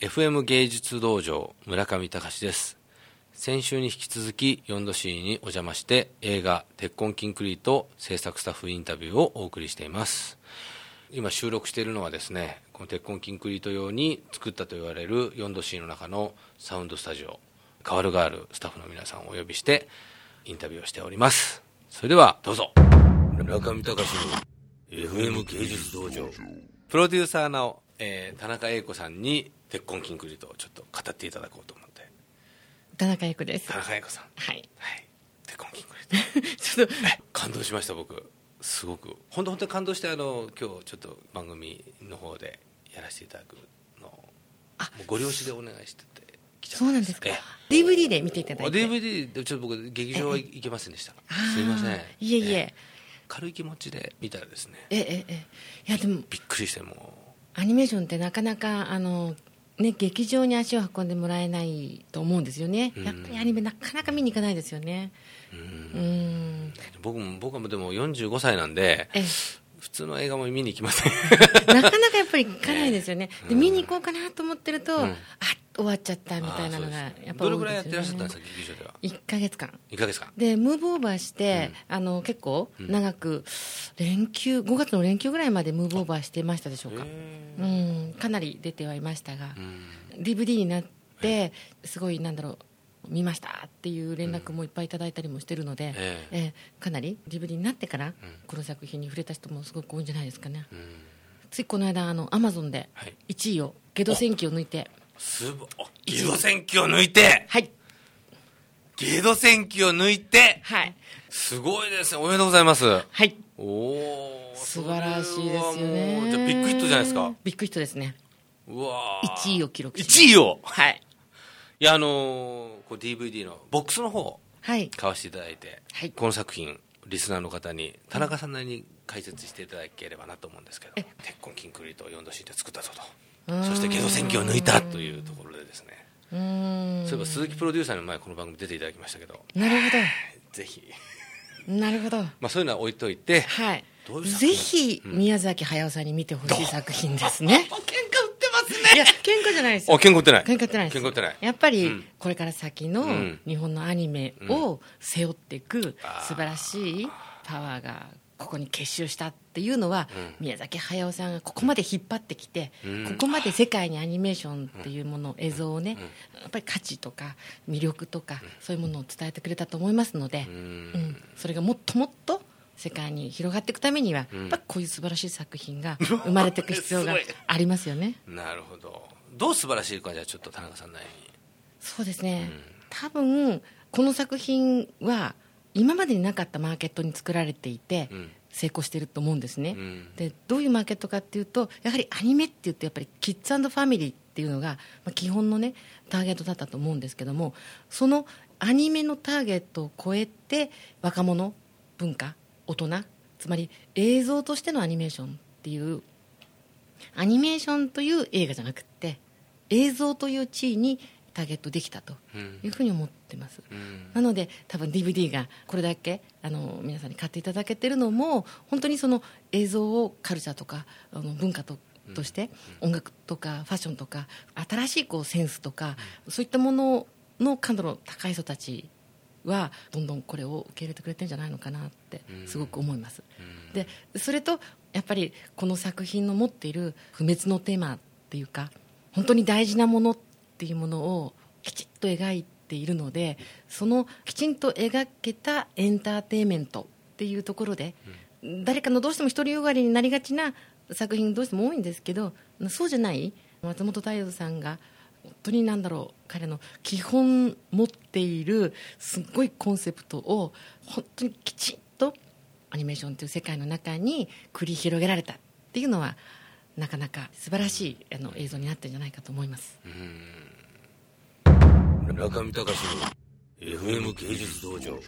FM 芸術道場村上隆です先週に引き続き4度 C にお邪魔して映画「鉄痕キンクリート」制作スタッフインタビューをお送りしています今収録しているのはですねこの「鉄痕キンクリート」用に作ったと言われる4度 C の中のサウンドスタジオカワルガールスタッフの皆さんをお呼びしてインタビューをしておりますそれではどうぞ村上隆の FM 芸術道場プロデューサーの、えー田中英子さんに鉄痕キンクリートをちょっと語っていただこうと思って田中役です。田中英子さんはい。 はい鉄痕キンクリートちょっと感動しました僕すごく本当本当に感動してあの今日ちょっと番組の方でやらせていただくのをあもうご了承でお願いしてて来ちゃそうなんですかええ。 DVD で見ていただあいて。 DVD でちょっと僕劇場は行けませんでしたあーすいませんいえいええ。軽い気持ちで見たらですねええええ。いやでもびっくりしてもアニメーションってなかなかあのね劇場に足を運んでもらえないと思うんですよね。うんやっぱりアニメなかなか見に行かないですよね。うううんん。僕も僕はもうでも45歳なんでええ。普通の映画も見に行きませんなかなかやっぱり行かないですよね。で見に行こうかなと思ってると、うんあ終わっちゃったみたいなのがあやーそうですねっぱど多れぐいですよね。らいやってらっしゃったんですか劇場では一ヶ月間。 1ヶ月間でムーブオーバーして、あの結構長く連休5月の連休ぐらいまでムーブオーバーしてましたでしょうか、へうん、かなり出てはいましたがーう、ん DVD になってすごいなんだろう見ましたっていう連絡もいっぱいいただいたりもしてるので、ええええかなり DVD になってからこの作品に触れた人もすごく多いんじゃないですかね、うんついこの間あのアマゾンではい1位をゲド戦記を抜いてすごいゲド戦記を抜いてはいゲド戦記を抜いてはいすごいですねおめでとうございますはいおお素晴らしいですよねじゃあビッグヒットじゃないですかビッグヒットですねうわー1位を記録しました1位をはいいやあのーこう DVD のボックスの方をはい買わせていただいて、はいこの作品リスナーの方に田中さんなりに解説していただければなと思うんですけどえ鉄痕キンクリートを4度敷いて作ったぞうーとんそしてゲド戦記を抜いたというところでですねうーんそういえば鈴木プロデューサーにも前この番組出ていただきましたけどなるぜひほどなるほどまあそういうのは置いといてはいどういう作品ぜひ宮崎駿さんに見てほしい作品で すね喧嘩売ってますいや喧嘩じゃないですあよ喧嘩売ってない喧嘩ってないです喧嘩売ってないやっぱり、うんこれから先のうん日本のアニメを背負っていく、素晴らしいパワーがここに結集したっていうのは、宮崎駿さんがここまで引っ張ってきて、うんここまで世界にアニメーションっていうもの、映像をね、やっぱり価値とか魅力とか、そういうものを伝えてくれたと思いますので、ううんんそれがもっともっと世界に広がっていくためには、んやっぱこういう素晴らしい作 品が生まれていく必要がすごいありますよね。なるほどどう素晴らしいかじゃあちょっと田中さんなりにそうですね、うん多分この作品は今までになかったマーケットに作られていて、うん成功してると思うんですね、うんでどういうマーケットかっていうとやはりアニメっていうとやっぱりキッズファミリーっていうのが、まあ、基本のねターゲットだったと思うんですけどもそのアニメのターゲットを超えて若者文化大人つまり映像としてのアニメーションっていうアニメーションという映画じゃなくって映像という地位にターゲットできたとうんいうふうに思ってます、うんなので多分 DVD がこれだけあの皆さんに買っていただけてるのも本当にその映像をカルチャーとかあの文化ととして音楽とかファッションとか新しいこうセンスとかそういったものの感度の高い人たちはどんどんこれを受け入れてくれてるんじゃないのかなってすごく思います。うんでそれとやっぱりこの作品の持っている不滅のテーマっていうか本当に大事なものっていうものをきちっと描いているのでそのきちんと描けたエンターテインメントっていうところで、誰かのどうしても独りよがりになりがちな作品どうしても多いんですけどそうじゃない松本太陽さんが本当に何だろう彼の基本持っているすっごいコンセプトを本当にきちんとアニメーションという世界の中に繰り広げられたっていうのはなかなか素晴らしいあの映像になってるんじゃないかと思います中見隆の FM 芸術道場